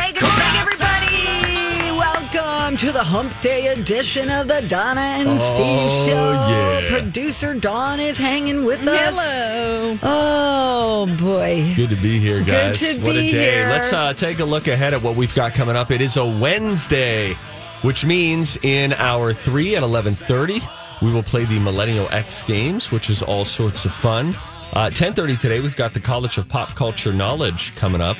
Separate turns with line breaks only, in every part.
Hey, good morning, everybody. Welcome to the Hump Day edition of the Donna and
Oh,
Steve Show.
yeah.
Producer Dawn is hanging with us. Hello. Oh, boy.
Good to be here, guys.
to
what
be
a day.
here.
Let's uh, take a look ahead at what we've got coming up. It is a Wednesday, which means in hour three at 11.30, we will play the Millennial X Games, which is all sorts of fun. Uh, 10.30 today, we've got the College of Pop Culture Knowledge coming up.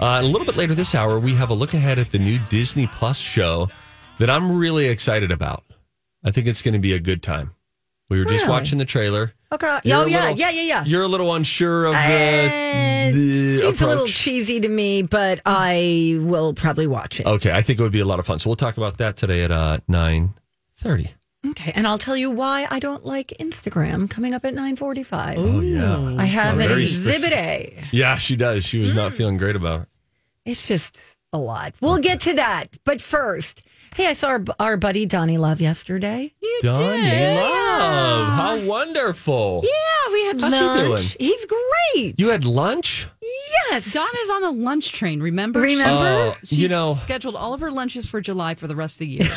Uh, and a little bit later this hour, we have a look ahead at the new Disney Plus show that I'm really excited about. I think it's going to be a good time. We were just
Really?
watching the trailer.
Okay. Oh,
You're a
yeah,
little-
yeah, yeah, yeah.
You're a little unsure of the,
Eh,
the
seems
approach.
a little cheesy to me, but I will probably watch it.
okay, I think it would be a lot of fun. So we'll talk about that today at uh, nine thirty.
Okay, and I'll tell you why I don't like Instagram coming up at 9:45. Oh
yeah.
I have
Oh,
an
very
exhibit
specific.
A.
Yeah, she does. She was not
Mm.
feeling great about it.
It's just a lot. We'll get to that. But first, hey, I saw our, our buddy Donnie Love yesterday. You
Donnie Love, how wonderful!
Yeah, we had
How's he
lunch.
doing?
He's great.
You had lunch.
yes.
Donna's on a lunch train, remember?
Remember?
Oh,
She's
you know,
scheduled all of her lunches for July for the rest of the year.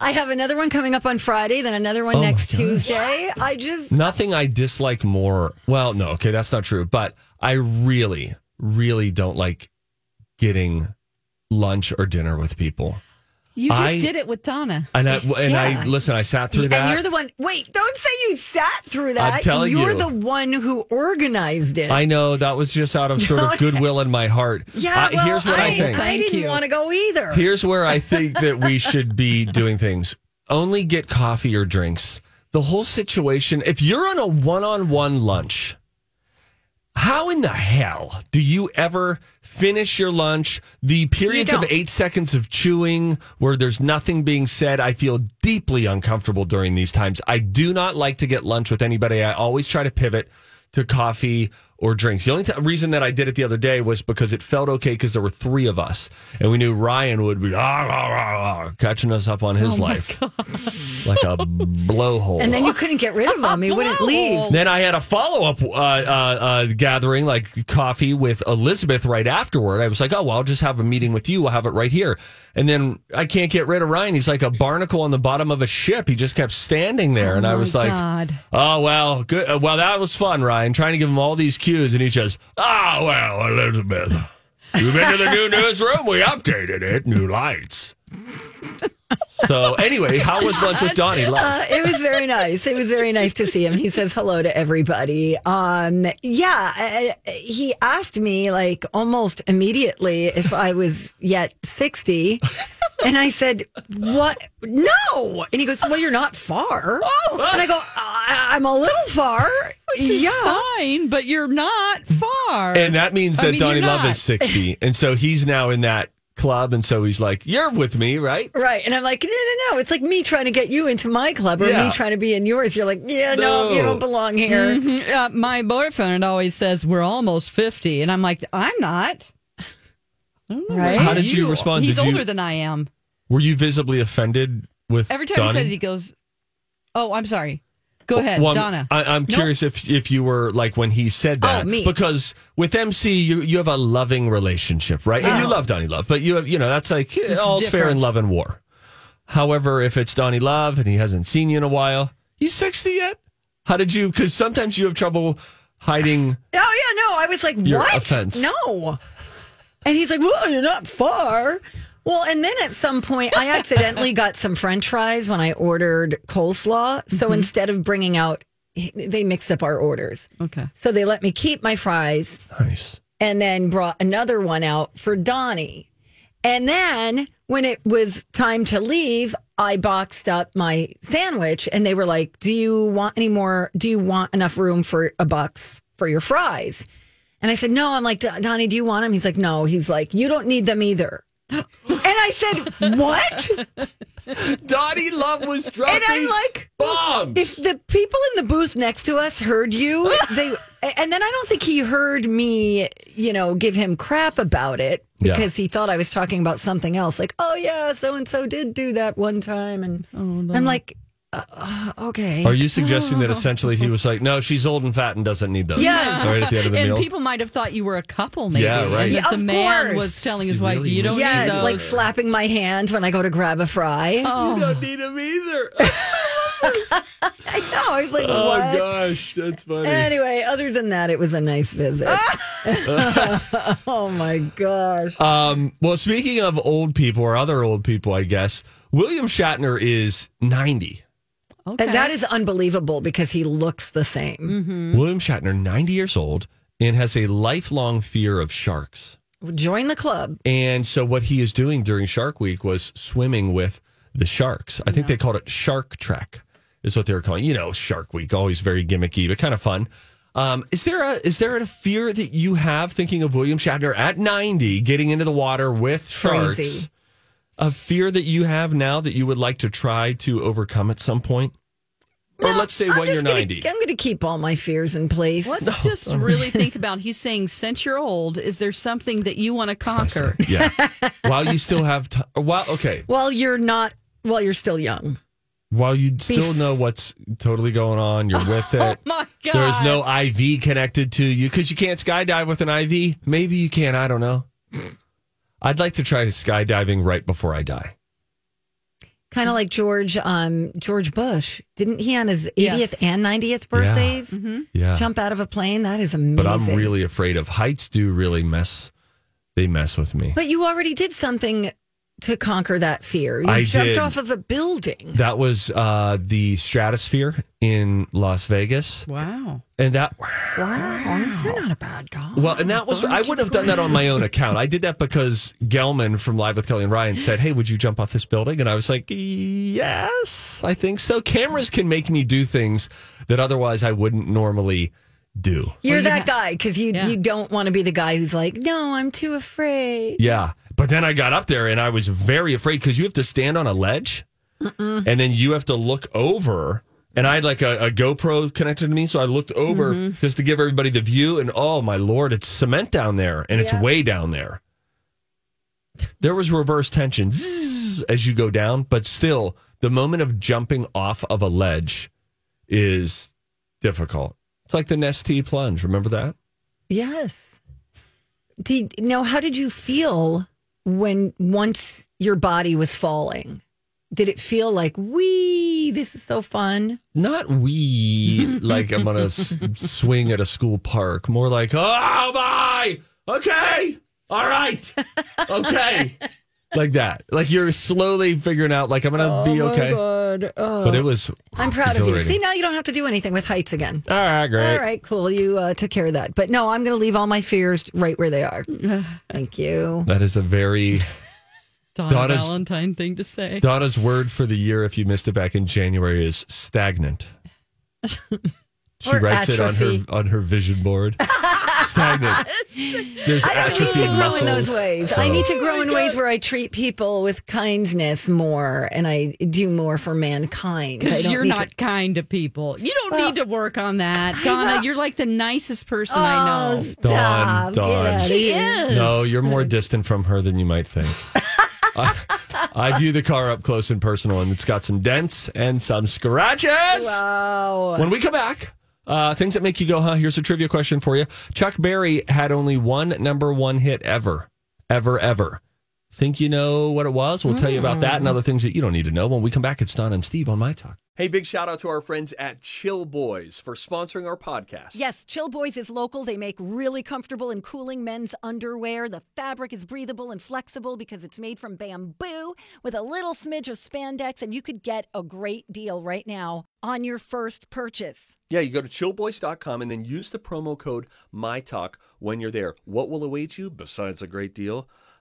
I have another one coming up on Friday, then another one
Oh my
next
gosh.
Tuesday. I just
nothing I dislike more. Well, no, okay, that's not true. But I really, really don't like getting lunch or dinner with people.
You just
I-
did it with Donna.
And I and
Yeah.
I listen. I sat through that.
and you're the one. Wait, don't say you sat through that.
I'm telling
you're
you.
the one who organized it.
I know that was just out of sort of goodwill in my heart.
yeah,
Uh,
well,
here's what I, think.
I
Thank
didn't
you.
want to go either.
Here's where I think that we should be doing things. Only get coffee or drinks. The whole situation, if you're on a one on one lunch, how in the hell do you ever finish your lunch? The periods of
don't.
eight seconds of chewing where there's nothing being said, I feel deeply uncomfortable during these times. I do not like to get lunch with anybody. I always try to pivot to coffee or drinks. The only t- reason that I did it the other day was because it felt okay because there were three of us and we knew Ryan would be "Ah, ah, ah, ah," catching us up on his life like a blowhole.
and then you couldn't get rid of him. He wouldn't leave.
Then I had a follow up uh, uh, uh, gathering, like coffee with Elizabeth right afterward. I was like, oh, well, I'll just have a meeting with you. I'll have it right here. And then I can't get rid of Ryan. He's like a barnacle on the bottom of a ship. He just kept standing there. and I was like,
God.
oh, well, good. uh, Well, that was fun, Ryan, trying to give him all these cues. And he just, ah, well, Elizabeth, you've been to the new newsroom. We updated it, new lights. So, anyway, how was lunch with Donnie? Love.
Uh, it was very nice. It was very nice to see him. He says hello to everybody. Um, yeah, I, I- he asked me like almost immediately if I was yet 60. And I said, What? No. And he goes, Well, you're not far. And I go, I, I'm a little far.
She's
yeah.
fine, but you're not far.
And that means
I
that
mean,
Donnie
you're
Love
not.
is 60. And so he's now in that club. And so he's like, You're with me, right?
Right. And I'm like, No, no, no. It's like me trying to get you into my club or
Yeah.
me trying to be in yours. You're like, Yeah, no,
No. Mm-hmm.
you don't belong here.
uh, my boyfriend always says we're almost 50 and I'm like I'm not. I don't know
Right.
about
How did you respond?
He's
Did you-
older than I am.
Were you visibly offended with
Every time
Donnie?
he said it he goes, "Oh, I'm sorry." Go ahead,
Well, I'm-
Donna.
I, I'm
Nope. Oh,
curious if if you were like when he said that
me.
because with MC you you have a loving relationship right and you love Donnie Love but you have you know that's like eh, all's fair in
Oh. different.
love and war. However, if it's Donnie Love and he hasn't seen you in a while, he's sixty yet. How did you? Because sometimes you have trouble hiding.
Oh yeah, no. I was like,
Your
what?
offense.
No. And he's like, well, you're not far. Well, and then at some point, I accidentally got some french fries when I ordered coleslaw. So instead of bringing out, they mixed up our orders.
Okay.
So they let me keep my fries
Nice.
and then brought another one out for Donnie. And then when it was time to leave, I boxed up my sandwich and they were like, Do you want any more? Do you want enough room for a box for your fries? And I said, No. I'm like, "Don- Donnie, do you want them? He's like, No. He's like, You don't need them either. and I said, What?
Dottie Love was dropping
And I'm like,
bombs.
If the people in the booth next to us heard you, they and then I don't think he heard me, you know, give him crap about it
Yeah.
because he thought I was talking about something else. Like, oh yeah, so and so did do that one time, and I'm like, uh, uh, okay,
Oh, Are you suggesting that essentially he was like, no, she's old and fat and doesn't need those?
Yes.
Right at the end of the
and
meal.
people might have thought you were a couple, maybe.
Yeah, right.
And
Yeah,
that the
of
man
course.
was telling his
She
wife,
really Oh.
"You don't
was.
need
yes,
those."
like slapping my hand when I go to grab a fry.
You don't need them either. oh
I know. I was like, what?
gosh, that's funny.
Anyway, other than that, it was a nice visit. oh my gosh.
Um, well, speaking of old people or other old people, I guess William Shatner is ninety.
okay.
And that is unbelievable because he looks the same.
William Shatner, ninety years old, and has a lifelong fear of sharks.
join the club.
And so, what he is doing during Shark Week was swimming with the sharks. I think they called it Shark Trek, is what they were calling. You know, Shark Week, always very gimmicky, but kind of fun. Um, is there a is there a fear that you have thinking of William Shatner at ninety getting into the water with sharks?
Crazy.
A fear that you have now that you would like to try to overcome at some point, or let's say
I'm
when you're
just gonna-
ninety.
I'm going to keep all my fears in place.
Let's just really think about. He's saying, since you're old, is there something that you want to conquer?
yeah, while you still have time. While okay,
While you're not, while you're still young.
while you still know what's totally going on, you're with it.
My God,
There's no IV connected to you because you can't skydive with an IV. Maybe you can. I don't know. I'd like to try skydiving right before I die.
Kind of like George, um, George Bush. Didn't he on his 80th
Yes.
and 90th birthdays
Yeah.
jump out of a plane? That is amazing.
but I'm really afraid of heights. Do really mess. They mess with me.
But you already did something to conquer that fear. You
I
jumped
did.
off of a building.
That was uh, the Stratosphere in Las Vegas,
Wow.
and that
Wow. You're not a bad dog.
well, and that was I wouldn't have done that on my own account. I did that because Gelman from Live with Kelly and Ryan said, "Hey, would you jump off this building?" And I was like, "Yes, I think so." Cameras can make me do things that otherwise I wouldn't normally do.
You're
Well, you
that
ha-
guy because you,
Yeah.
you don't want to be the guy who's like, no, I'm too afraid.
Yeah. But then I got up there and I was very afraid because you have to stand on a ledge and then you have to look over. And I had like a, a GoPro connected to me. So I looked over just to give everybody the view. And oh my Lord, it's cement down there and it's way down there. There was reverse tension zzz, as you go down, but still, the moment of jumping off of a ledge is difficult. It's like the Nestee plunge. Remember that?
Yes. Did now? How did you feel when once your body was falling? Did it feel like wee? This is so fun.
not we like I'm gonna s- swing at a school park. More like oh my, okay, all right, okay, like that. Like you're slowly figuring out. Like I'm gonna be okay.
God.
Oh.
But it was.
I'm proud of you.
exhilarating.
See, now you don't have to do anything with heights again.
All right, great.
All right, cool. You uh, took care of that. But no, I'm going to leave all my fears right where they are. Thank you.
That is a very
Donna
Donna's-
Valentine thing to say.
Donna's word for the year. If you missed it back in January, is stagnant. She
Or
writes
atrophy.
it on her on her vision board. stagnant. There's
I don't
atrophy
need to grow in those
muscles. Oh
ways. I need to grow in ways where I treat people with kindness more and I do more for mankind. I
Because
don't
you're
need
not
to-
kind to people. You don't
Well,
need to work on that, Donna. You're like the nicest person I
Oh,
know.
Dawn,
stop. Get
Dawn.
out of
She
here.
is.
No, you're more distant from her than you might think. I, I view the car up close and personal, and it's got some dents and some scratches.
Wow.
When we come back, uh, things that make you go, huh? Here's a trivia question for you. Chuck Berry had only one number one hit ever, ever, ever.
Mm.
Think you know what it was? We'll tell you about that and other things that you don't need to know. When we come back, it's Don and Steve on My Talk. Hey, big shout out to our friends at Chill Boys for sponsoring our podcast.
Yes, Chill Boys is local. They make really comfortable and cooling men's underwear. The fabric is breathable and flexible because it's made from bamboo with a little smidge of spandex, and you could get a great deal right now on your first purchase.
Yeah, you go to chillboys.com and then use the promo code MyTalk when you're there. What will await you besides a great deal?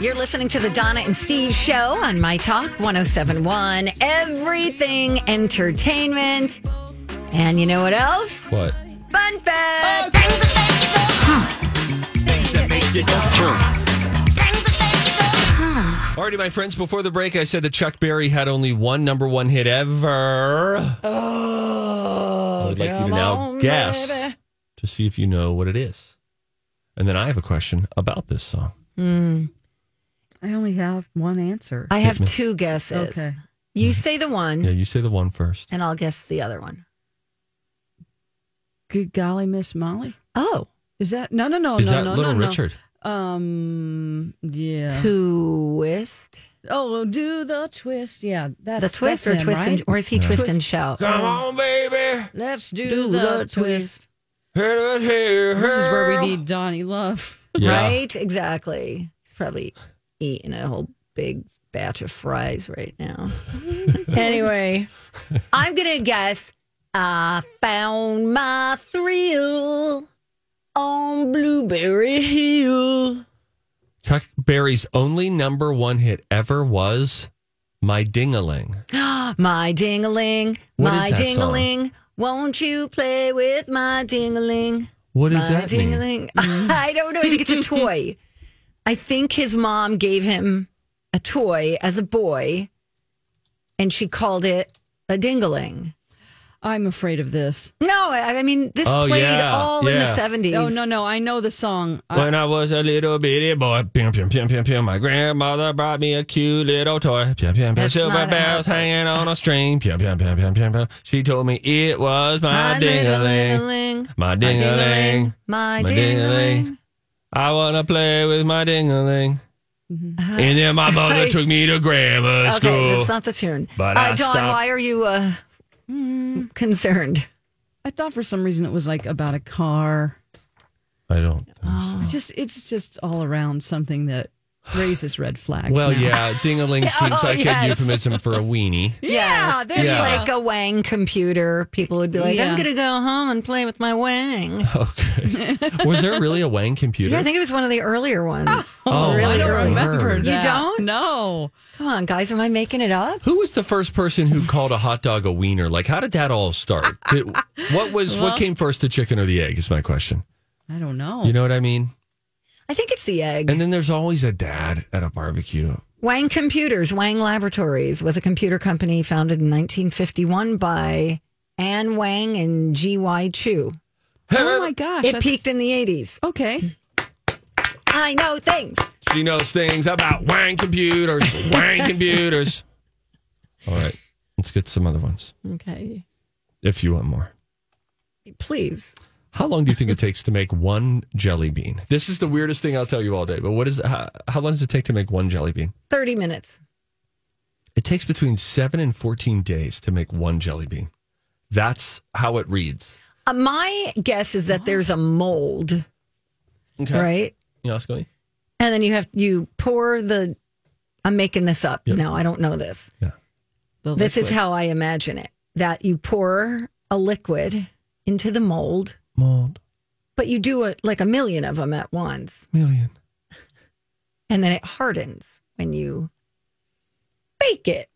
You're listening to the Donna and Steve show on My Talk 1071, Everything Entertainment. And you know what else?
What?
Fun fact!
Alrighty, my friends, before the break, I said that Chuck Berry had only one number one hit ever. I would like you to now guess to see if you know what it is. And then I have a question about this song.
I only have one answer.
I have two guesses.
Okay.
You say the
Mm-hmm.
one,
Yeah, you say the one first.
and I'll guess the other one.
Good golly, Miss Molly.
Oh,
Is that no no no
Is
Oh, no
that
no
Little
no,
Richard?
No. Um yeah.
twist.
Oh, well, do the twist. Yeah, that's
The twist or
that's him,
twist
right?
and, or is he twist and shout?
Come on, baby.
Let's do,
Do
the,
the
twist.
twist.
Here it here.
This is where we need Donnie Love.
Right? Exactly. He's probably eating a whole big batch of fries right now.
Anyway,
I'm going to guess I found my thrill on Blueberry Hill.
Chuck Berry's only number one hit ever was My Dingaling.
My ding-a-ling,
What is
my
that song?
ding-a-ling. Won't you play with my ding-a-ling?
What does
My
that mean? Mm-hmm.
ding-a-ling. I don't know. I think it's a toy. I think his mom gave him a toy as a boy, and she called it a ding-a-ling.
I'm afraid of this.
No, I I mean this
Oh,
played
yeah,
all in the
yeah.
seventies.
Oh no no, I know the song. I-
When I was a little bitty boy, pim, pim, pim, pim, pim, my grandmother brought me a cute little toy. Pim, pim, pim,
That's
silver
not
bells
how-
hanging on a string. Pim, pim, pim, pim, pim, pim. She told me it was my, ding-a-ling. My ding-a-ling.
my
My ding-a-ling.
ding-a-ling.
I want to play with my ding-a-ling. And then my mother took me to grammar
Mm-hmm. Okay,
school.
that's not the tune.
But I
uh, Dawn,
stopped-
why are you uh, concerned?
I thought for some reason it was like about a car.
I don't.
Oh,
It's Just it's just all around something that raises red flags.
Well,
now.
yeah, ding-a-ling seems
Oh,
like a
yes.
euphemism for a weenie.
Yeah, there's
Yeah.
like a Wang computer. People would be like,
Yeah.
I'm going to go home and play with my Wang.
Okay. Was there really a Wang computer?
Yeah, I think it was one of the earlier ones.
Oh,
I
my
don't
word.
remember that.
don't?
No.
Come on, guys. Am I making it up?
Who was the first person who called a hot dog a wiener? Like, how did that all start? Did- what was what came first, the chicken or the egg? Is my question.
I don't know.
You know what I mean?
I think it's the egg.
And then there's always a dad at a barbecue.
Wang Computers, Wang Laboratories was a computer company founded in 1951 by Ann Wang and G.Y. Chu.
oh my gosh.
It
that's-
peaked in the 80s.
okay.
I know things.
She knows things about Wang computers. Wang computers. All right, let's get some other ones
Okay.
if you want more.
Please.
How long do you think it takes to make one jelly bean? This is the weirdest thing I'll tell you all day. But what is how, how long does it take to make one jelly bean?
30 minutes.
It takes between seven and 14 days to make one jelly bean. That's how it reads.
Uh, my guess is that there's a mold,
Okay.
right?
You know, it's going.
And then you have you pour the. I'm making this up. No, I don't know this.
Yeah.
The
This is
liquid.
how I imagine it that you pour a liquid into the mold,
Mold,
but you do it like a million of them at once.
million.
And then it hardens when you bake it.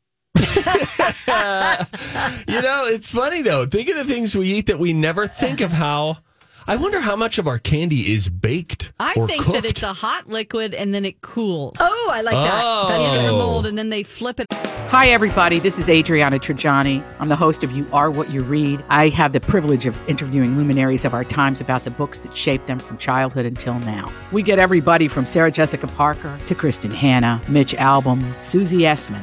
You know, it's funny though. Think of the things we eat that we never think of how. I wonder how much of our candy is baked
I
or
think
cooked.
that it's a hot liquid and then it cools.
Oh, I like that.
That's
That's
in
good.
the
Oh.
mold, and then they flip it.
Hi, everybody. This is Adriana Trajani. I'm the host of You Are What You Read. I have the privilege of interviewing luminaries of our times about the books that shaped them from childhood until now. We get everybody from Sarah Jessica Parker to Kristen Hanna, Mitch Albom, Susie Essman,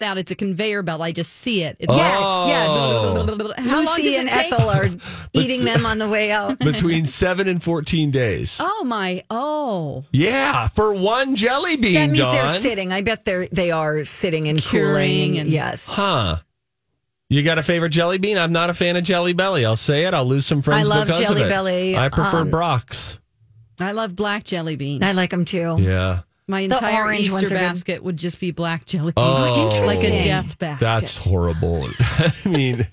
Out, it's a conveyor belt. I just see it. It's
Yes,
Oh.
yes.
How long does
Lucy
it
and
take?
Ethel are eating them on the way out.
Between seven and fourteen days.
Oh my! Oh,
Yeah, for one jelly bean.
That means they're
Dawn.
sitting. I bet they're they are sitting and
Curing
cooling.
and-
yes.
Huh. You got a favorite jelly bean? I'm not a fan of Jelly Belly. I'll say it. I'll lose some friends
I love
because
Jelly
of it.
Belly.
I prefer
Um,
Brock's.
I love black jelly beans.
I like them too.
Yeah.
my entire
orange
Easter
ones are good.
basket would just be black jelly beans,
Oh, Interesting.
like a death basket.
That's horrible. I mean,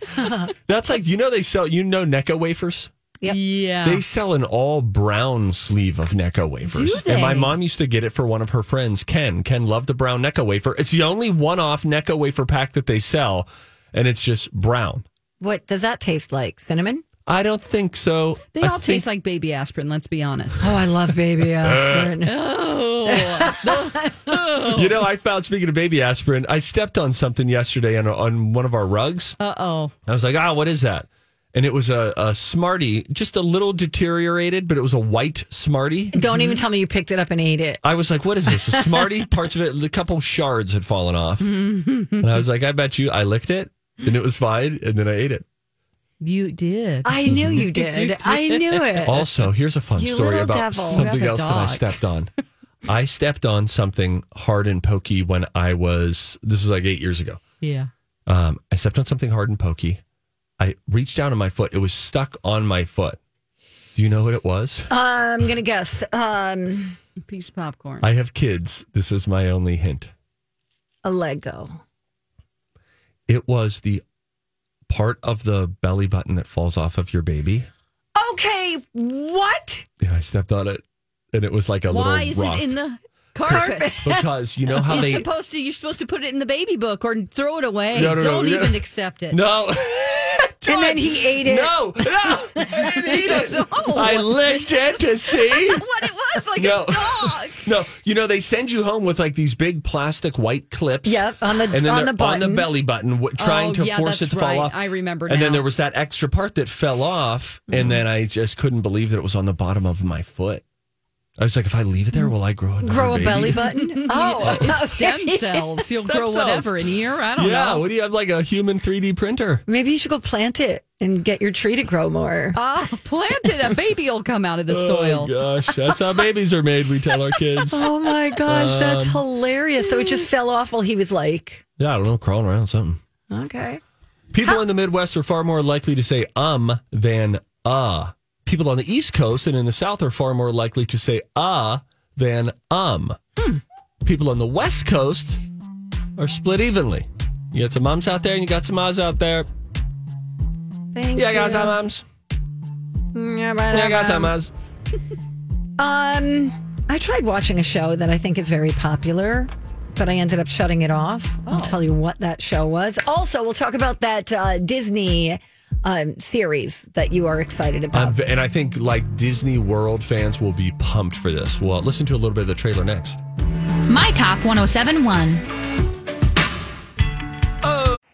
that's like, you know, they sell, you know, NECA wafers?
Yep.
yeah.
They sell an all brown sleeve of NECA wafers.
Oh. Do
And my
they?
mom used to get it for one of her friends, Ken. Ken loved the brown NECA wafer. It's the only one off NECA wafer pack that they sell, and it's just brown.
What does that taste like? Cinnamon?
I don't think so.
They
I
all
think-
taste like baby aspirin. Let's be honest.
Oh, I love baby aspirin.
Oh,
You know, I found speaking of baby aspirin, I stepped on something yesterday on on one of our rugs.
uh oh.
I was like, ah, what is that? And it was a, a Smartie, just a little deteriorated, but it was a white Smartie.
Don't even tell me you picked it up and ate it.
I was like, what is this? A Smartie? Parts of it, a couple shards had fallen off. and
Mm-hmm.
I was like, I bet you I licked it and it was fine. And then I ate it.
You did.
I knew you did. I knew it.
Also, here's a fun
Uh, You
story
little
about
devil.
something
Rather
else that I
dog.
stepped on. I stepped on something hard and pokey when I was, this is like eight years ago.
yeah.
Um, I stepped on something hard and pokey. I reached down on my foot. It was stuck on my foot. Do you know what it was?
Uh.
Uh, I'm gonna guess. Um,
Piece of popcorn.
I have kids. This is my only hint.
a Lego.
It was the part of the belly button that falls off of your baby.
Okay, what?
And I stepped on it, and it was like a
Why is
little rock.
it in the carpet?
because you know how
It's
they
supposed to. You're supposed to put it in the baby book or throw it away.
No, no, no,
Don't
yeah.
even accept it.
no.
And then he ate it.
No, no, I didn't eat it. I licked it to see.
What it was like
No.
a dog.
No, you know they send you home with like these big plastic white clips.
Yep, on the-
and then
on
they're
the
on the
button.
belly button, w- trying
Oh,
to
yeah,
force it
that's
to fall
right.
off.
I remember
And then
now. Mm.
there was that extra part that fell off, and then I just couldn't believe that it was on the bottom of my foot. I was like, if I leave it there, will I grow another
Grow a
baby?
belly button. Oh,
It's
okay.
stem cells. You'll
Stem
grow
cells.
whatever in here. I don't
Yeah,
know.
what do you have like a human 3D printer?
Maybe you should go plant it and get your tree to grow more.
Ah, plant it. A baby will come out of the soil.
Oh gosh, that's how babies are made. We tell our kids.
Oh my gosh, that's
Um,
hilarious. So it just fell off while he was like,
Yeah, I don't know, crawling around something.
okay.
People in the Midwest are far more likely to say um than uh. People on the East Coast and in the South are far more likely to say uh than um. People on the West Coast are split evenly. You got some mums out there and you got some ahs out there.
Thank
Yeah, I got
you.
some mums.
Yeah,
Yeah, I got some uh. ahs.
Um, I tried watching a show that I think is very popular, but I ended up shutting it off. I'll tell you what that show was. Also, we'll talk about that uh, Disney um, series that you are excited about.
I'm v- And I think like Disney World fans will be pumped for this. Well, listen to a little bit of the trailer next.
My Talk 1071.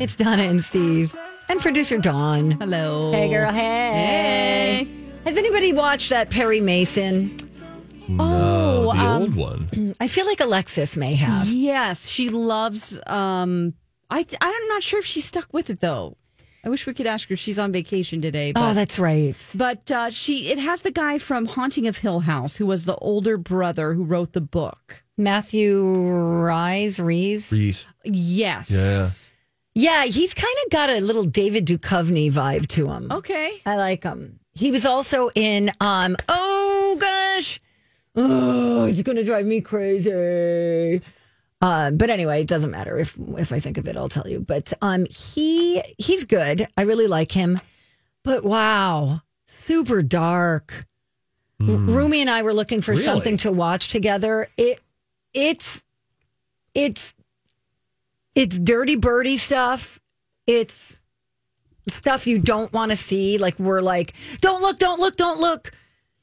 It's Donna and Steve and producer Dawn.
Hello.
Hey, girl. Hey. Has anybody watched that Perry Mason?
Uh,
Oh,
the
um,
old one.
I feel like Alexis may have.
yes, she loves. Um, I I'm not sure if she's stuck with it though. I wish we could ask her. She's on vacation today. But,
Oh, that's right.
but uh, she it has the guy from Haunting of Hill House who was the older brother who wrote the book.
Matthew Rise, Rees.
Reese.
Yes.
Yeah, he's kind of got a little David Duchovny vibe to him.
Okay.
I like him. He was also in um oh gosh. Oh, it's gonna drive me crazy. Uh, but anyway, it doesn't matter if if I think of it, I'll tell you. But um he he's good. I really like him. But wow, super dark. R- Rumi and I were looking for
Hmm. Really?
something to watch together. It it's it's it's dirty birdie stuff. It's stuff you don't want to see. Like we're like, don't look, don't look, don't look.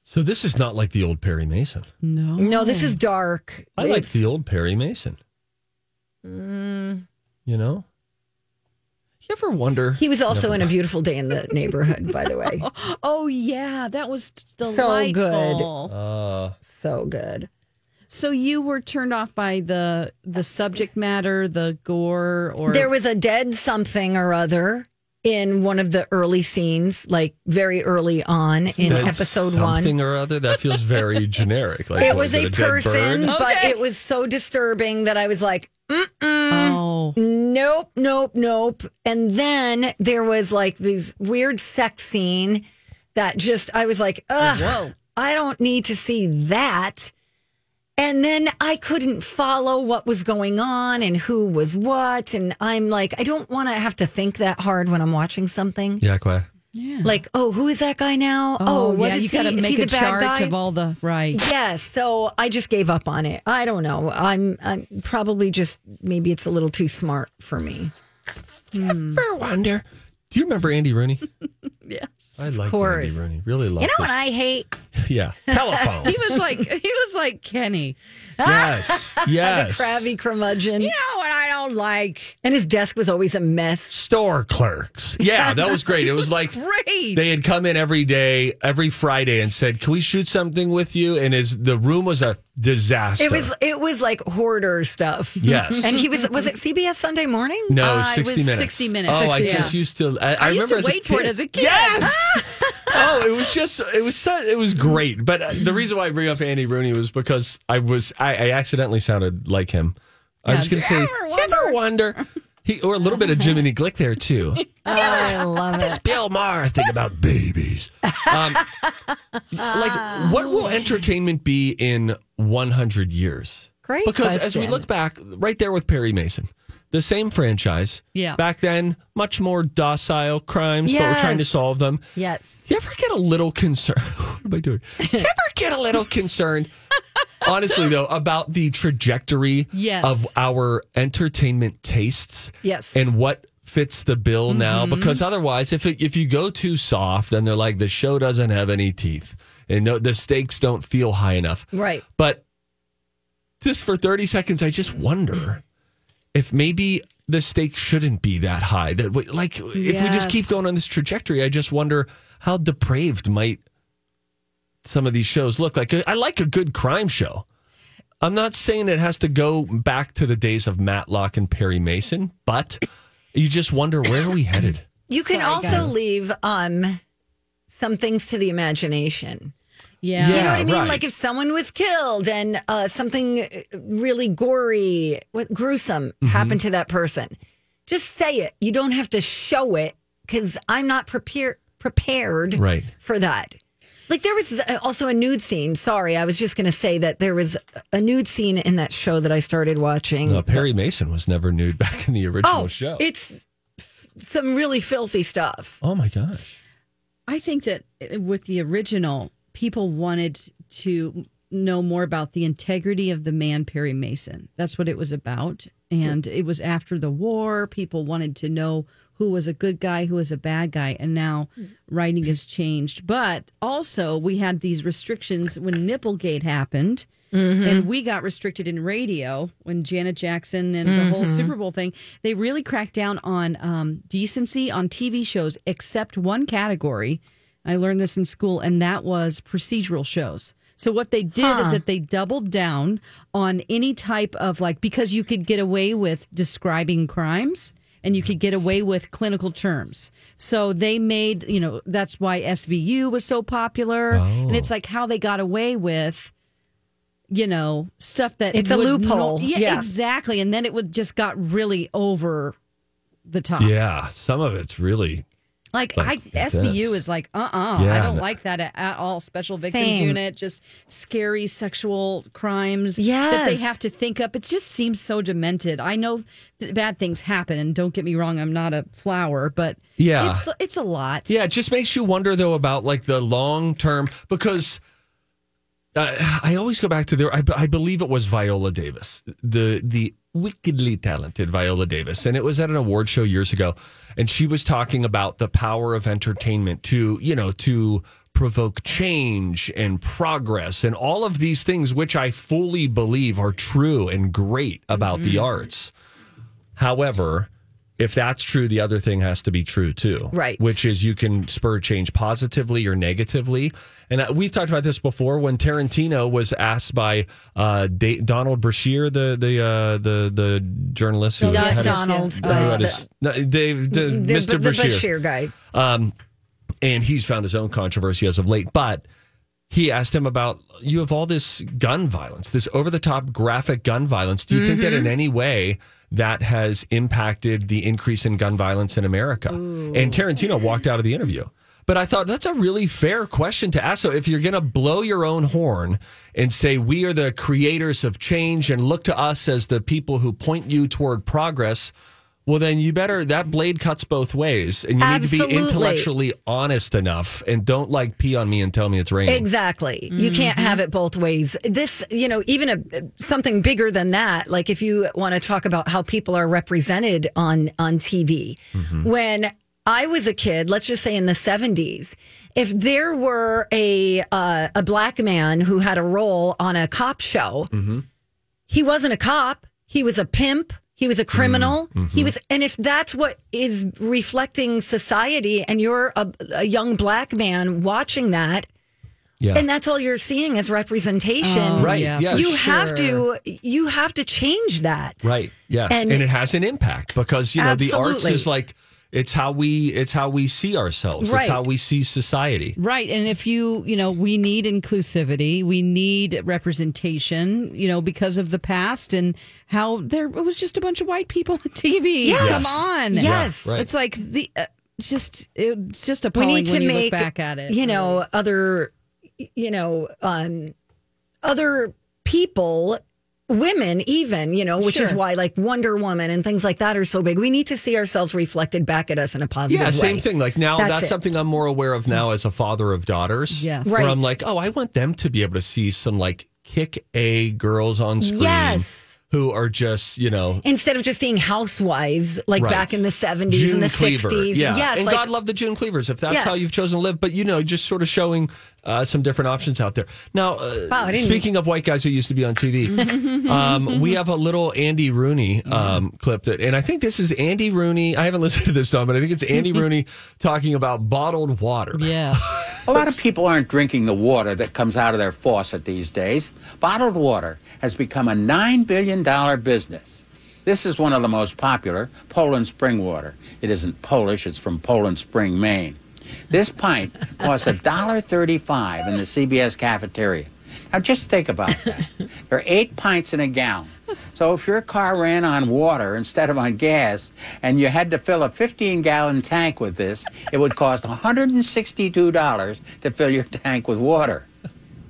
So this is not like the old Perry Mason.
No.
No, this is dark.
Oh. I like
It's-
the old Perry Mason. You know? You ever wonder?
Mm. He was also in a beautiful day in the neighborhood, by the way.
Oh yeah, that was
So good.
delightful. So good.
Uh,
So good.
So you were turned off by the the subject matter, the gore, or
There was a dead something or other in one of the early scenes, like very early on in
that's
episode
Something
one.
or other. That feels very generic. Like,
It was a
dead
person,
bird?
but
Okay.
it was so disturbing that I was like,
oh
Nope, nope, nope. And then there was like this weird sex scene that just I was like, ugh, I don't need to see that. And then I couldn't follow what was going on and who was what. And I'm like, I don't want to have to think that hard when I'm watching something.
Yeah, quite.
Like, oh, who is that guy now?
oh,
what
yeah,
is
you got to
he? Is
make
he
a
the bad
chart
guy?
of all the right.
Yes, so I just gave up on it. I don't know. I'm, I'm probably just maybe it's a little too smart for me. Hmm.
Ever wonder? Do you remember Andy Rooney?
Yes.
I like Andy
course.
Rooney. Really love
You know what I hate?
Yeah. Telephone.
He was like he was like Kenny.
yes. Yes.
Crabby curmudgeon.
You know what I don't like?
And his desk was always a mess.
store clerks. Yeah, that was great. It was like
Great.
they had come in every day, every Friday, and said, "Can we shoot something with you?" And his the room was a disaster.
It was it was like hoarder stuff.
Yes.
And he was was it CBS Sunday morning?
no, it was
Uh, it
sixty
was
minutes.
60 minutes.
Oh, I
60,
just
yeah.
used to. I, I,
I
remember
used to
as a
wait for it
kid.
as a kid.
Yes. oh, it was just. It was. so- It was great. But uh, the reason why I bring up Andy Rooney was because I was. I, I accidentally sounded like him. I was going to say.
ever
Ever wonder? He, or a little bit of Jiminy Glick there too.
I
Oh,
love it.
this Bill Maher thing about babies. Um, like, what will entertainment be in 100 years?
Great
Because as we
question.
look back, right there with Perry Mason, the same franchise.
Yeah.
Back then, much more docile crimes, but we're trying to
Yes.
solve them.
Yes.
You ever get a little concerned? What am I doing? You ever get a little concerned? Honestly, though, about the trajectory
Yes.
of our entertainment tastes
Yes. Mm-hmm.
and what fits the bill now because otherwise if it, if you go too soft then they're like the show doesn't have any teeth and no the stakes don't feel high enough
Right.
but just for 30 seconds i just wonder if maybe the stakes shouldn't be that high that we, like if we just keep
Yes.
going on this trajectory i just wonder how depraved might some of these shows look like i like a good crime show i'm not saying it has to go back to the days of matlock and perry mason but you just wonder where are we headed
You can also leave um some things to the imagination.
Yeah.
You know what I mean?
right.
Like if someone was killed and uh, something really gory, what, gruesome
Mm-hmm.
happened to that person, just say it. You don't have to show it because I'm not prepared prepared
Right.
for that. Like there was also a nude scene. Sorry, I was just going to say that there was a nude scene in that show that I started watching.
No, Perry Mason was never nude back in the original
oh,
show.
it's f- some really filthy stuff.
oh my gosh.
I think that uh, with the original, people wanted to know more about the integrity of the man Perry Mason. That's what it was about. And it was after the war. People wanted to know who was a good guy, who was a bad guy. And now writing has changed. But also, we had these restrictions when Nipplegate happened. And we got restricted in radio when Janet Jackson and the whole Super Bowl thing. They really cracked down on um, decency on TV shows, except one category, I learned this in school, and that was procedural shows. So what they did is that they doubled down on any type of like because you could get away with describing crimes and you could get away with clinical terms. So they made, you know, that's why SVU was so popular and it's like how they got away with you know, stuff that
It's a
would
loophole.
yeah,
Yeah.
exactly. And then it would just got really over the top.
Yeah, some of it's really
Like
Like,
I
that's-
SVU is like uh uh I
Yeah,
don't
no.
like that at, at all. Special victims
Same.
unit, just scary sexual crimes that they
Yes.
have to think up. It just seems so demented. I know that bad things happen, and don't get me wrong, I'm not a flower, but
Yeah.
it's it's a lot.
Yeah, it just makes you wonder though about like the long term because uh, I always go back to there. I, I believe it was Viola Davis, the the wickedly talented Viola Davis, and it was at an award show years ago, and she was talking about the power of entertainment to you know to provoke change and progress and all of these things which I fully believe are true and great about the arts. However, if that's true, the other thing has to be true too.
Right.
Which is you can spur change positively or negatively. And uh, we've talked about this before when Tarantino was asked by uh, da- Donald Brashear, the the uh, the the journalist who
Don-
had his-
Donald,
who
uh,
had his- no, Dave, the-
The,
Mr.
the
Brashear
Bashir guy.
and he's found his own controversy as of late. But he asked him about you have all this gun violence, this over the top graphic gun violence. Do you think that in any way that has impacted the increase in gun violence in America? And Tarantino walked out of the interview. But I thought that's a really fair question to ask. So if you're going to blow your own horn and say we are the creators of change and look to us as the people who point you toward progress, well then you better that blade cuts both ways and you need to be
Absolutely.
intellectually actually honest enough and don't like pee on me and tell me it's raining.
Exactly. You can't have it both ways. This, you know, even a something bigger than that. Like if you want to talk about how people are represented on on TV, when I was a kid, let's just say in the seventies, if there were a uh, a black man who had a role on a cop show, he wasn't a cop. He was a pimp. He was a criminal. He was, and if that's what is reflecting society, and you're a, a young black man watching that,
Yeah. Oh,
and that's all you're seeing as representation.
right.
yeah,
yes.
You have to you have to change that.
Right. Yes. And,
And-
it has an impact because you know the arts
Absolutely.
is like it's how we it's how we see ourselves. It's
Right.
how we see society.
Right. And if you, you know, we need inclusivity, we need representation, you know, because of the past and how there it was just a bunch of white people on TV.
Yes.
Come on.
Yes.
Yeah, right.
It's like the, uh, it's just, it's just
We
appalling
need to
when you
make
look back at it.
You know, other you know, um other people women even you know which is
Sure.
why like wonder woman and things like that are so big we need to see ourselves reflected back at us in a positive
Yeah,
way
same thing. Like now, that's,
That's it.
something I'm more aware of now as a father of daughters.
Yes.
where
Right.
I'm like, oh, I want them to be able to see some like kick a girls on screen
Yes.
who are just you know
instead of just seeing housewives like
Right.
back in the 70s and the
Cleaver.
60s
Yeah.
yes
and
like,
God love the June Cleavers if that's how
Yes.
you've chosen to live. But you know, just sort of showing uh, some different options out there. Now, uh,
Wow, I didn't-
speaking of white guys who used to be on TV, um, we have a little Andy Rooney um, clip that, and I think this is Andy Rooney. I haven't listened to this, Don, but I think it's Andy Rooney talking about bottled water.
yes.
A lot of people aren't drinking the water that comes out of their faucet these days. Bottled water has become a $9 billion business. This is one of the most popular, Poland spring water. It isn't Polish, it's from Poland Spring, Maine. This pint costs $1.35 in the CBS cafeteria. Now just think about that. There are eight pints in a gallon. So if your car ran on water instead of on gas and you had to fill a 15 gallon tank with this, it would cost $162 to fill your tank with water.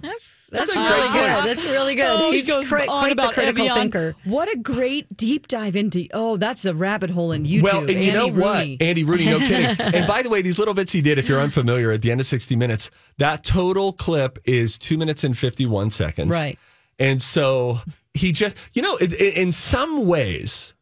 That's
That's really good. Oh, That's really good.
Oh,
He's
he goes
cri-
on
quite the
about
critical
Evian.
thinker.
What a great deep dive into. Oh, that's a rabbit hole in YouTube.
Well, and you
Andy
know
Rooney.
what? Andy Rooney, no kidding. and by the way, these little bits he did, if you're unfamiliar, at the end of 60 Minutes, that total clip is two minutes and 51 seconds.
Right.
And so he just, you know, in, in in some ways,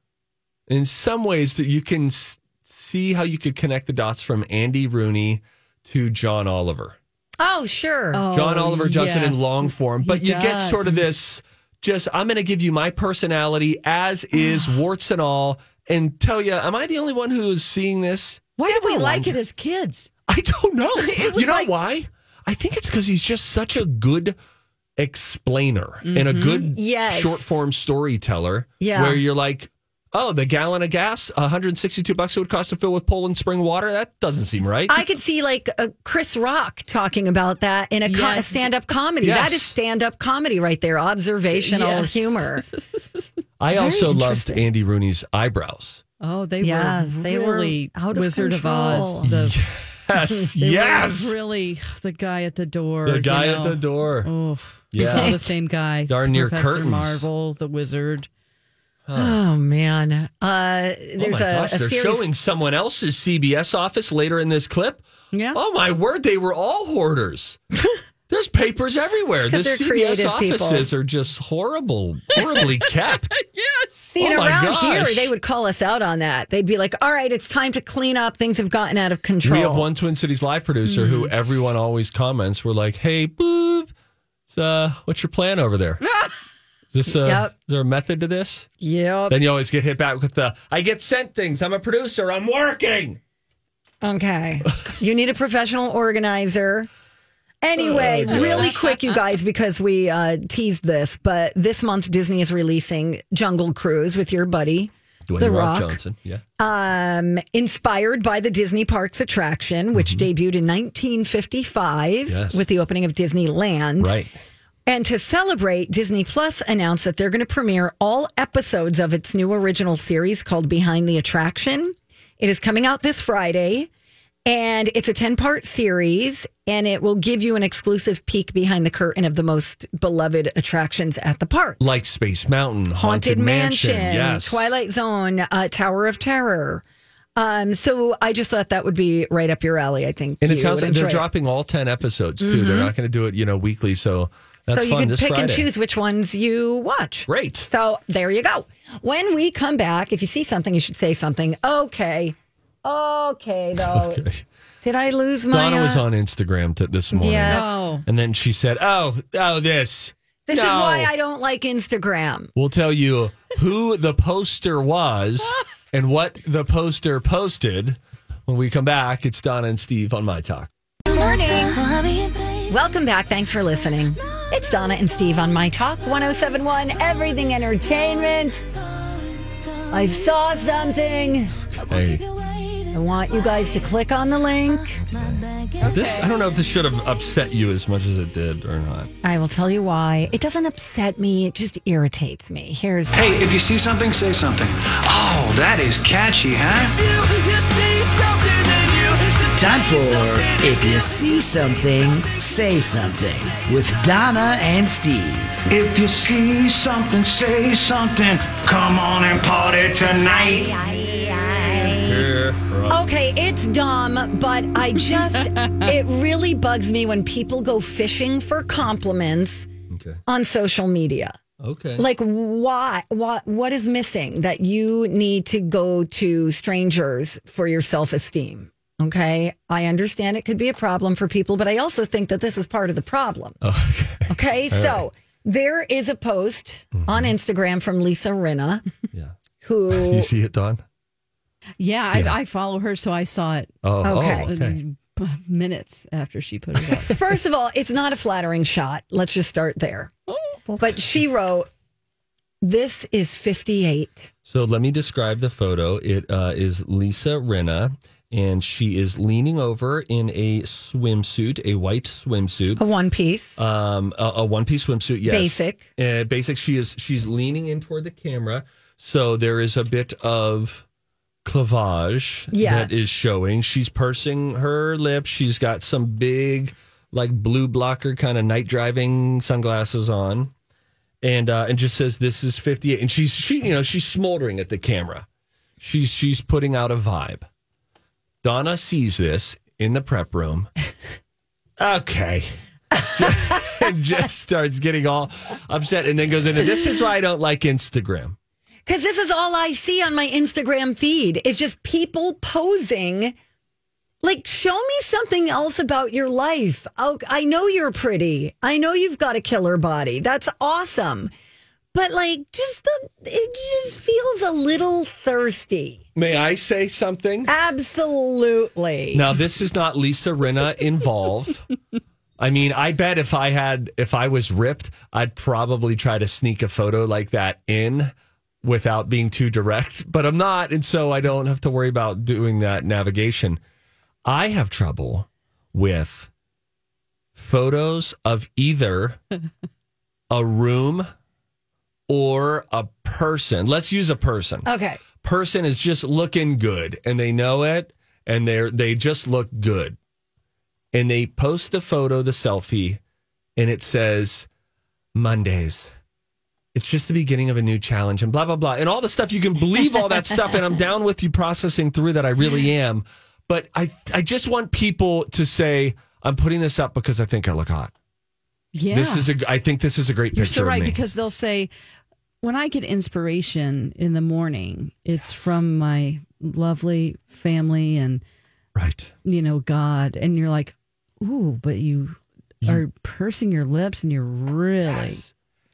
in some ways that you can s- see how you could connect the dots from Andy Rooney to John Oliver.
Oh, sure.
John Oliver does it in
yes.
long form, but
He
you get
does.
sort of this just, I'm going to give you my personality as is, warts and all, and tell you, am I the only one who's seeing this?
Why
Ever
did we like it
wonder?
as kids?
I don't know. you
was
know
like-
why? I think it's because he's just such a good explainer and a good
Mm-hmm. Yes.
short form storyteller
Yeah.
where you're like, oh, the gallon of gas, 162 bucks it would cost to fill with Poland spring water. That doesn't seem right.
I could see like a Chris Rock talking about that in a co-
Yes.
stand-up comedy.
Yes.
That is stand-up comedy right there. Observational
Yes.
humor.
Oh, I also loved
interesting.
Andy Rooney's eyebrows.
Oh, they
Yes,
were
they were
really
out of
Wizard of Oz.
control.
The,
Yes,
they were
yes.
really the guy at the door.
The
you
guy at
know.
the door.
Mm.
Oh
Oof.
Yeah.
It's all the same guy.
Darn near
Professor
curtains.
Marvel, the wizard.
Oh man, uh, there's
oh my
a,
gosh,
a
they're
series.
showing someone else's CBS office later in this clip.
Yeah.
Oh my word, they were all hoarders. There's papers everywhere. The
'cause they're
CBS
creative
offices are just horrible, horribly kept.
See, and
Oh, my
around here,
gosh.
they would call us out on that. They'd be like, "All right, it's time to clean up. Things have gotten out of control."
We have one Twin Cities live producer who
Mm-hmm.
everyone always comments. We're like, "Hey, boob, it's, uh, what's your plan over there? Is this a,
Yep.
is there a method to this?"
Yep.
Then you always get hit back with the, "I get sent things. I'm a producer. I'm working."
Okay. you need a professional organizer. Anyway, really quick, you guys, because we uh, teased this, but this month Disney is releasing Jungle Cruise with your buddy,
Dwayne
The
Rock,
Rock.
Johnson. Yeah.
um, inspired by the Disney Parks attraction, which debuted in 1955
Mm-hmm. Yes.
with the opening of Disneyland.
Right.
And to celebrate, Disney Plus announced that they're going to premiere all episodes of its new original series called Behind the Attraction. It is coming out this Friday, and it's a 10 part series, and it will give you an exclusive peek behind the curtain of the most beloved attractions at the park.
Like Space Mountain,
Haunted
Haunted,
Mansion,
yes.
Twilight Zone, uh, Tower of Terror. Um, so I just thought that would be right up your alley. I think,
And
you
it sounds
would
like they're
enjoy it. Mm-hmm.
dropping all ten episodes too. They're not going to do it, you know, weekly. So that's
so you
fun.
can
this
pick
Friday.
and choose which ones you watch.
Great.
So there you go. When we come back, if you see something, you should say something. Okay. Okay, though.
Okay.
Did I lose my?
Donna was
uh,
on Instagram t- this morning.
Yes.
Oh.
And then she said, "Oh, oh, this.
This is
No.
why I don't like Instagram.
We'll tell you who the poster was and what the poster posted when we come back. It's Donna and Steve on my talk.
Welcome back. Thanks for listening. It's Donna and Steve on My Talk 1071 Everything Entertainment. I saw something.
Hey,
I want you guys to click on the link.
this I don't know if this should have upset you as much as it did or not.
I will tell you why. It doesn't upset me, it just irritates me. Here's
Hey, if you see something, say something. Oh, that is catchy, huh?
Time for If You See Something, Say Something with Donna and Steve.
If you see something, say something. Come on and party tonight.
Okay, it's dumb, but I just, it really bugs me when people go fishing for compliments
Okay.
on social media.
Okay.
Like, why? What? What is missing that you need to go to strangers for your self esteem? Okay, I understand it could be a problem for people, but I also think that this is part of the problem.
Oh,
Okay, so there is a post
Mm-hmm.
on Instagram from Lisa Rinna,
Yeah. Do
who
you see it, Don?
Yeah,
Yeah.
I, I follow her, so I saw it
Oh,
Okay.
oh, okay.
uh, minutes after she put it up.
First of all, it's not a flattering shot. Let's just start there.
Oh.
But she wrote, This is 58.
So let me describe the photo. It uh, is Lisa Rinna, and she is leaning over in a swimsuit, a white swimsuit.
A one piece.
um a, a one piece swimsuit yes
Basic.
uh, basic she is she's leaning in toward the camera so there is a bit of clavage
Yeah.
that is showing she's pursing her lips she's got some big like blue blocker kind of night driving sunglasses on and uh and just says this is 58 and she's she you know she's smoldering at the camera she's she's putting out a vibe donna sees this in the prep room okay and just starts getting all upset and then goes into this is why I don't like Instagram.
Because this is all I see on my Instagram feed is just people posing. Like, show me something else about your life. Oh, I know you're pretty. I know you've got a killer body. That's awesome. But like, just the it just feels a little thirsty.
May I say something?
Absolutely.
Now this is not Lisa Rinna involved. I mean, I bet if I had if I was ripped, I'd probably try to sneak a photo like that in without being too direct, but I'm not and so I don't have to worry about doing that navigation. I have trouble with photos of either a room or a person. Let's use a person
Okay.
person is just looking good and they know it and they're they just look good and they post the photo the selfie and it says mondays it's just the beginning of a new challenge and blah blah blah and all the stuff you can believe all that stuff and i'm down with you processing through that i really am but i i just want people to say i'm putting this up because i think i look hot
Yeah.
this is a i think this is a great
You're
picture
so
of
right
me.
because they'll say, when I get inspiration in the morning, it's from my lovely family and
right
you know God, and you're like, ooh, but you, are pursing your lips and you're really.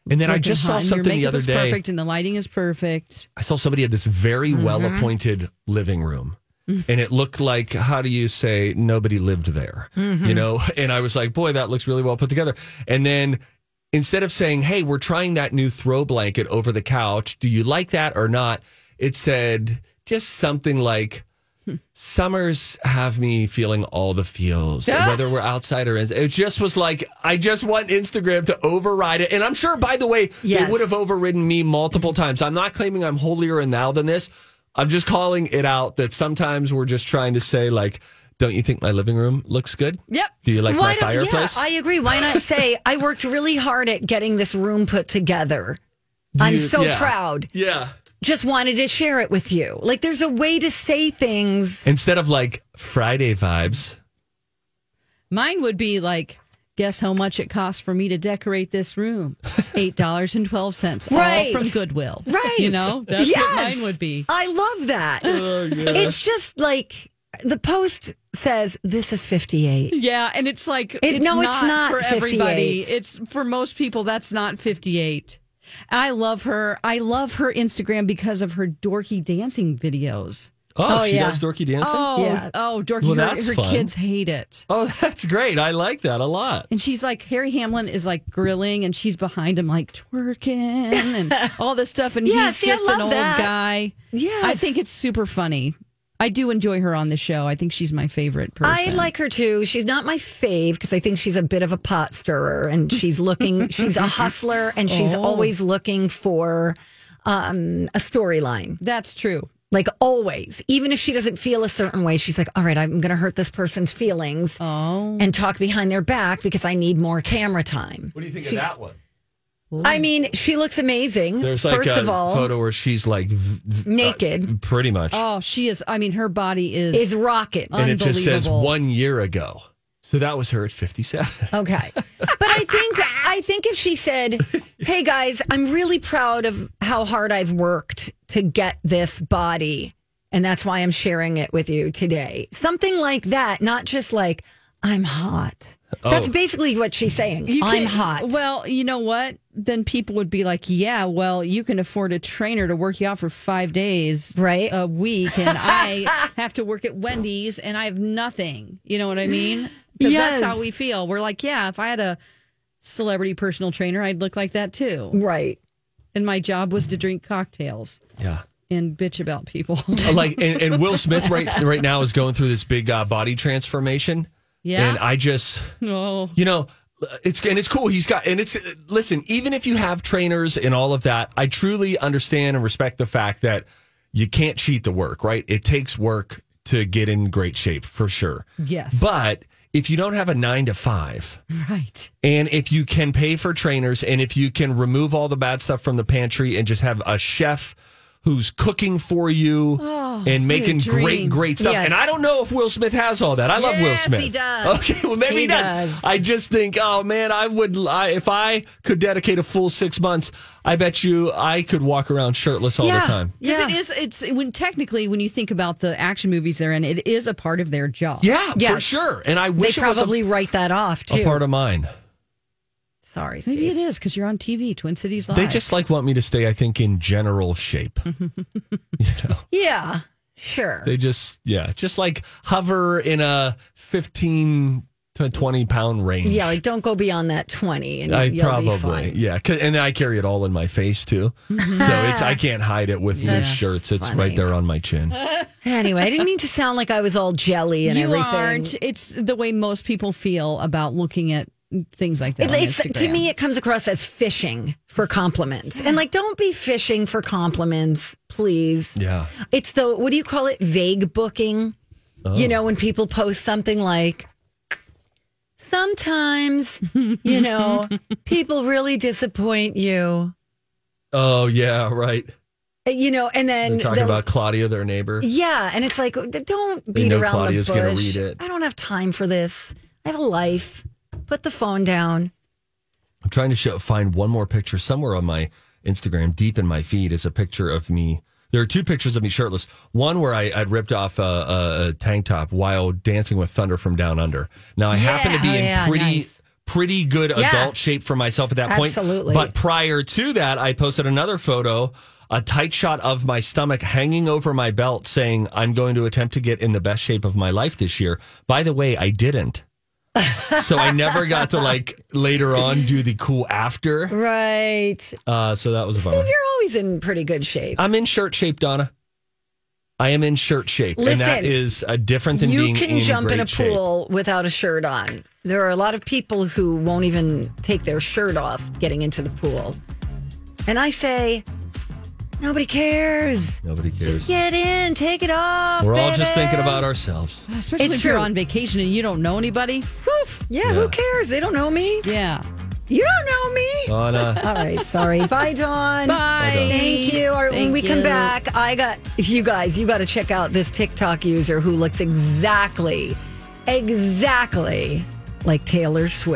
and then i
looking
just saw
hot, and
something
your
the
makeup
other
is
day
perfect and the lighting is perfect.
I saw somebody had this very well appointed living room. And it looked like, how do you say, nobody lived there? You know? And I was like, boy, that looks really well put together. And then instead of saying, hey, we're trying that new throw blanket over the couch, do you like that or not? It said just something like, Summers have me feeling all the feels,
Ah!
whether we're outside or inside. It just was like, I just want Instagram to override it. And I'm sure, by the way,
Yes.
they would have overridden me multiple times. I'm not claiming I'm holier and thou than this. I'm just calling it out that sometimes we're just trying to say, like, don't you think my living room looks good?
Yep.
Do you like
Why
my
don't-
fireplace?
Yeah, I agree. Why not say I worked really hard at getting this room put together? I'm
you-
so
yeah.
proud.
yeah.
just wanted to share it with you. Like there's a way to say things.
Instead of like Friday vibes.
Mine would be like, guess how much it costs for me to decorate this room? Eight dollars and twelve cents,
Right.
all from Goodwill.
Right.
You know, that's
Yes.
what mine would be. Oh,
I love that. It's just like the post says this is 58.
Yeah, and it's like it's
no,
not
it's not
for everybody.
58.
It's for most people. That's not fifty-eight. I love her. I love her Instagram because of her dorky dancing videos.
Oh,
Oh,
she
yeah.
does dorky dancing?
Oh,
Yeah.
oh, dorky.
Well,
her-
that's
her
fun.
kids hate it.
oh, that's great. I like that a lot.
And she's like, Harry Hamlin is like grilling, and she's behind him like twerking and all this stuff. And
Yeah,
he's
see, I
just an
love
old
that.
guy.
Yes.
I think it's super funny. I do enjoy her on the show. I think she's my favorite person.
I like her too. She's not my fave because I think she's a bit of a pot stirrer and she's looking, she's a hustler and she's
Oh.
always looking for um, a storyline.
That's true.
Like always, even if she doesn't feel a certain way, she's like, all right, I'm going to hurt this person's feelings and talk behind their back because I need more camera time.
What do you think of that one?
I mean, she looks amazing.
There's like
first
a
of all,
photo where she's like v- v-
naked
pretty much.
Oh, she is. I mean, her body is.
is rocket.
and it just says
unbelievable.
one year ago. So that was her at 57.
Okay. But I think I think if she said, "Hey guys, I'm really proud of how hard I've worked to get this body, and that's why I'm sharing it with you today." Something like that, not just like I'm hot. That's
Oh.
basically what she's saying.
You
I'm
can-
hot.
Well, you know what? Then people would be like, yeah, well, you can afford a trainer to work you out for five days
Right.
a week, and I have to work at Wendy's and I have nothing. You know what I mean? Because
Yes.
that's how we feel. We're like, yeah, if I had a celebrity personal trainer, I'd look like that too.
right.
And my job was to drink cocktails.
yeah.
and bitch about people.
like and, and Will Smith right right now is going through this big uh, body transformation.
Yeah.
and I just
no.
you know it's and it's cool. He's got and it's listen. Even if you have trainers and all of that, I truly understand and respect the fact that you can't cheat the work. Right? It takes work to get in great shape for sure.
Yes.
but if you don't have a nine to five.
Right.
And if you can pay for trainers and if you can remove all the bad stuff from the pantry and just have a chef who's cooking for you and making
dream.
great, great stuff.
Yes.
And I don't know if Will Smith has all that. I love Will
Yes,
Smith.
he does.
Okay, well, maybe he,
He
does.
does.
I just think, oh man, I would, I, if I could dedicate a full six months, I bet you I could walk around shirtless all the time.
Because
Yeah.
it is, it's when technically, when you think about the action movies they're in, it is a part of their job.
Yeah, for
Yes.
sure. And I
They
wish it was a,
probably write that off
a
too.
part of mine.
Sorry, Steve.
Maybe it is because you're on TV, Twin Cities Live.
They just like want me to stay, I think, in general shape.
Yeah, sure.
They just, yeah, just like hover in a 15 to 20 pound range.
yeah, like don't go beyond that twenty, and
I
you'll be
probably,
fine. Mm-hmm.
yeah. 'Cause- And I carry it all in my face too. so it's, I can't hide it with loose shirts. It's right there on my chin.
Anyway, I didn't mean to sound like I was all jelly and
you
everything.
aren't. It's the way most people feel about looking at things like that.
It-
on
it's to
Instagram.
me, it comes across as fishing for compliments, and like, don't be fishing for compliments, please.
Yeah.
It's the what do you call it? Vague booking.
Oh.
You know, when people post something like, sometimes, you know, people really disappoint you. Uh,
Oh, yeah, right.
You know, and then
They're talking
they'll-
about Claudia, their neighbor.
Yeah, and it's like d- don't beat
know
around
Claudia's
the
gonna
bush.
read it.
I don't have time for this. I have a life. Put the phone down.
I'm trying to show, find one more picture somewhere on my Instagram, deep in my feed, is a picture of me. There are two pictures of me shirtless. One where I, I'd ripped off a, a, a tank top while dancing with Thunder from Down Under. Now I happen to be
Yeah.
in
Oh, yeah,
pretty.
nice.
Pretty good
Yeah.
adult shape for myself at that point.
Absolutely.
But prior to that, I posted another photo, a tight shot of my stomach hanging over my belt, saying, I'm going to attempt to get in the best shape of my life this year. By the way, I didn't. so I never got to like later on do the cool after.
Right.
Uh, so that was a bummer.
Steve, you're always in pretty good shape.
I'm in shirt shape, Donna. I am in shirt shape, and that
Listen,
is uh, different than
You
being
can
in
jump in a
great shape.
pool without a shirt on. There are a lot of people who won't even take their shirt off getting into the pool. And I say, nobody cares.
Nobody
Just
cares.
get in, take it off.
We're all just
baby."
thinking about ourselves.
especially
It's
if you're
true.
on vacation and you don't know anybody.
Poof. Yeah,
Yeah.
who cares? They don't know me.
Yeah.
You don't know me.
Donna,
All right, sorry. Bye, Dawn.
Bye. Dawn.
Thank you. All right, when
Thank
we come
you.
back, I got you guys. You got to check out this TikTok user who looks exactly, exactly like Taylor Swift.